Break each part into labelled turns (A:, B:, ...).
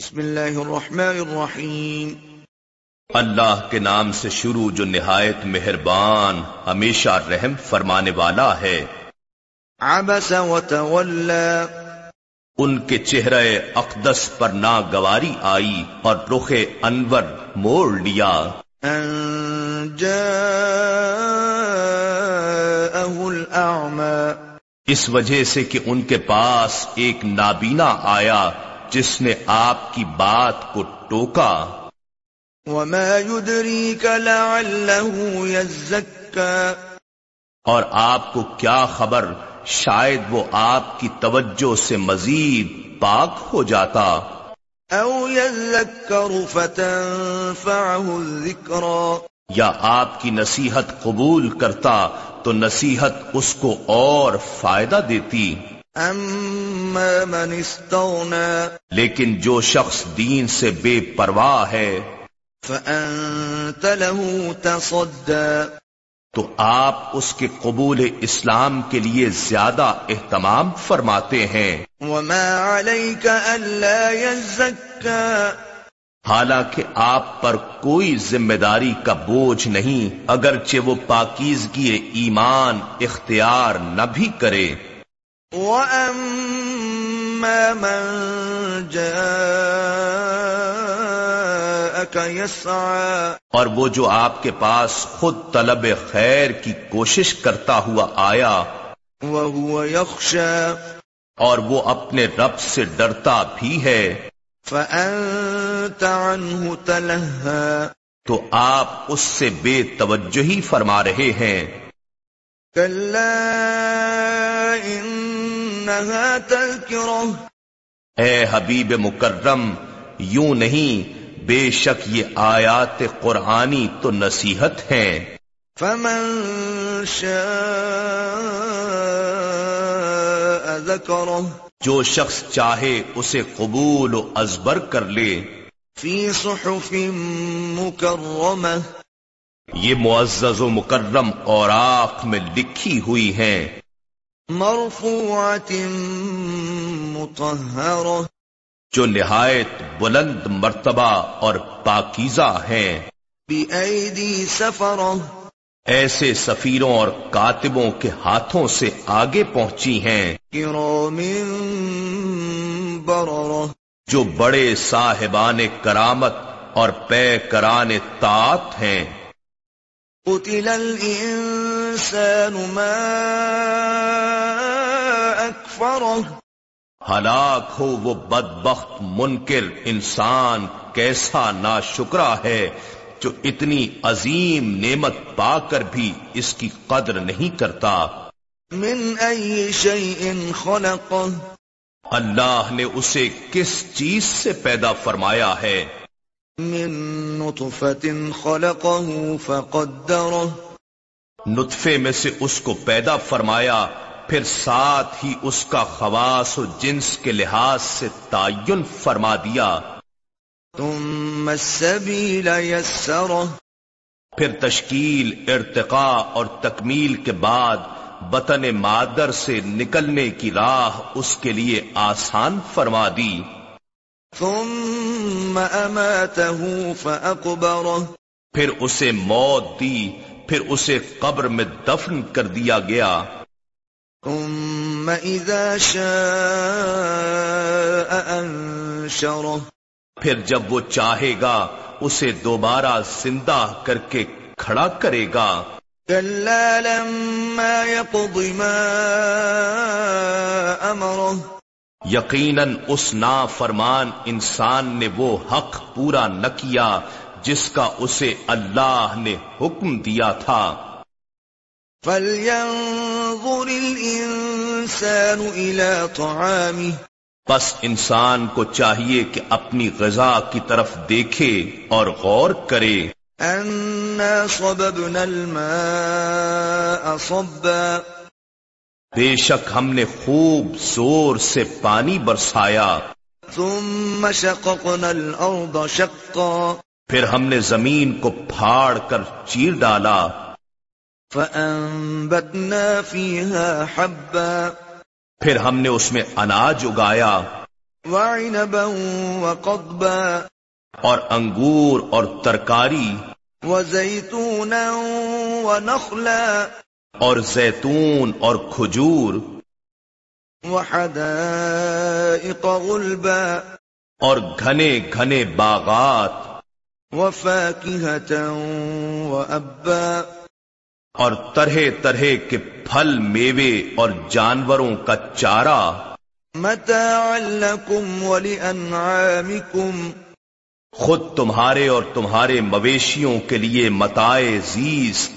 A: بسم اللہ الرحمن الرحیم
B: اللہ کے نام سے شروع جو نہایت مہربان ہمیشہ رحم فرمانے والا ہے
A: عبس وتولى
B: ان کے چہرہ اقدس پر ناگواری آئی اور رخ انور موڑ لیا
A: ان جاءه الاعمى
B: اس وجہ سے کہ ان کے پاس ایک نابینا آیا جس نے آپ کی بات کو ٹوکا
A: وما يدريك لعله يزكى
B: اور آپ کو کیا خبر شاید وہ آپ کی توجہ سے مزید پاک ہو جاتا
A: او يذكر فتنفعه الذكرى
B: یا آپ کی نصیحت قبول کرتا تو نصیحت اس کو اور فائدہ دیتی
A: اما من استغنى
B: لیکن جو شخص دین سے بے پرواہ ہے
A: فأنت له تصدى
B: تو آپ اس کے قبول اسلام کے لیے زیادہ اہتمام فرماتے ہیں
A: وما عليك ألا يزكى
B: حالانکہ آپ پر کوئی ذمہ داری کا بوجھ نہیں اگرچہ وہ پاکیزگی ایمان اختیار نہ بھی کرے
A: وأما من جاءك يسعى
B: اور وہ جو آپ کے پاس خود طلب خیر کی کوشش کرتا ہوا آیا
A: وهو يخشى
B: اور وہ اپنے رب سے ڈرتا بھی ہے
A: فأنت عنه تلهى
B: تو آپ اس سے بے توجہی فرما رہے ہیں
A: كلا إنها تذكرة
B: اے حبیب مکرم یوں نہیں بے شک یہ آیات قرآنی تو نصیحت ہیں
A: فمن شاء ذكره
B: جو شخص چاہے اسے قبول و ازبر کر لے
A: في صحف مكرمة
B: یہ معزز و مکرم اوراق میں لکھی ہوئی ہیں
A: مرفوعة مطهرة
B: جو نہایت بلند مرتبہ اور پاکیزہ ہیں
A: بأيدي سفرة
B: ایسے سفیروں اور کاتبوں کے ہاتھوں سے آگے پہنچی ہیں
A: كرام بررة
B: جو بڑے صاحبان کرامت اور پے کران طاعت ہیں
A: قتل الإنسان ما أكفره
B: ہلاک ہو وہ بدبخت منکر انسان کیسا ناشکرا ہے جو اتنی عظیم نعمت پا کر بھی اس کی قدر نہیں کرتا
A: من أي شيء خلقه
B: اللہ نے اسے کس چیز سے پیدا فرمایا ہے
A: من نطفة خلقه فقدره
B: نطفے میں سے اس کو پیدا فرمایا پھر ساتھ ہی اس کا خواص و جنس کے لحاظ سے تعین فرما دیا
A: ثم السبيل يسره
B: پھر تشکیل ارتقاء اور تکمیل کے بعد بطن مادر سے نکلنے کی راہ اس کے لیے آسان فرما دی
A: ثم أماته فأقبره
B: پھر اسے موت دی پھر اسے قبر میں دفن کر دیا گیا
A: ثم إذا شاء أنشره
B: پھر جب وہ چاہے گا اسے دوبارہ زندہ کر کے کھڑا کرے گا
A: كلا لما يقض ما أمره
B: یقیناً اس نافرمان انسان نے وہ حق پورا نہ کیا جس کا اسے اللہ نے حکم دیا تھا
A: فلينظر الإنسان إلى طعامه
B: بس انسان کو چاہیے کہ اپنی غذا کی طرف دیکھے اور غور کرے
A: أنا صببنا الماء صبا
B: بے شک ہم نے خوب زور سے پانی برسایا
A: ثم شققنا الأرض شقا
B: پھر ہم نے زمین کو پھاڑ کر چیر ڈالا
A: فأنبتنا فيها حبا
B: پھر ہم نے اس میں اناج اگایا
A: وعنبا وقضبا
B: اور انگور اور ترکاری
A: وزيتونا ونخلا
B: اور زیتون اور کھجور
A: وحدائق غلبا
B: اور گھنے گھنے باغات
A: وفاكهة وأبا
B: اور طرح طرح کے پھل میوے اور جانوروں کا چارہ
A: متاعا لكم ولأنعامكم
B: خود تمہارے اور تمہارے مویشیوں کے لیے متائے زیز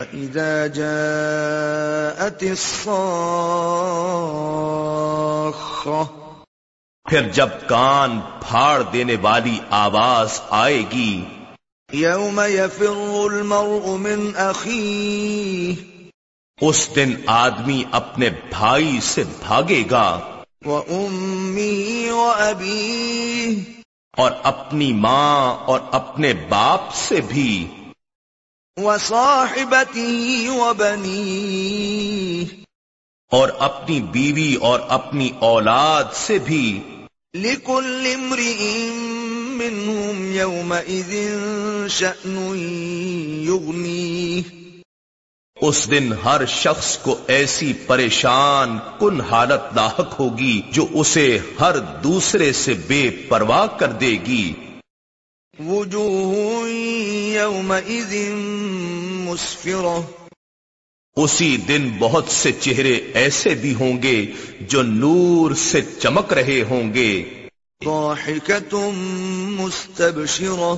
A: فإذا جاءت الصاخة
B: پھر جب کان پھاڑ دینے والی آواز آئے گی
A: يوم يفر المرء من أخيه
B: اس دن آدمی اپنے بھائی سے بھاگے گا
A: وأمه وأبيه
B: اور اپنی ماں اور اپنے باپ سے بھی
A: وصاحبته وبنيه
B: اور اپنی بیوی اور اپنی اولاد سے بھی
A: لكل امرئ منهم يومئذ شأن يغنيه
B: اس دن ہر شخص کو ایسی پریشان کن حالت لاحق ہوگی جو اسے ہر دوسرے سے بے پرواہ کر دے گی
A: وجوه يومئذ مسفرة
B: اسی دن بہت سے چہرے ایسے بھی ہوں گے جو نور سے چمک رہے ہوں گے
A: ضاحكة مستبشرة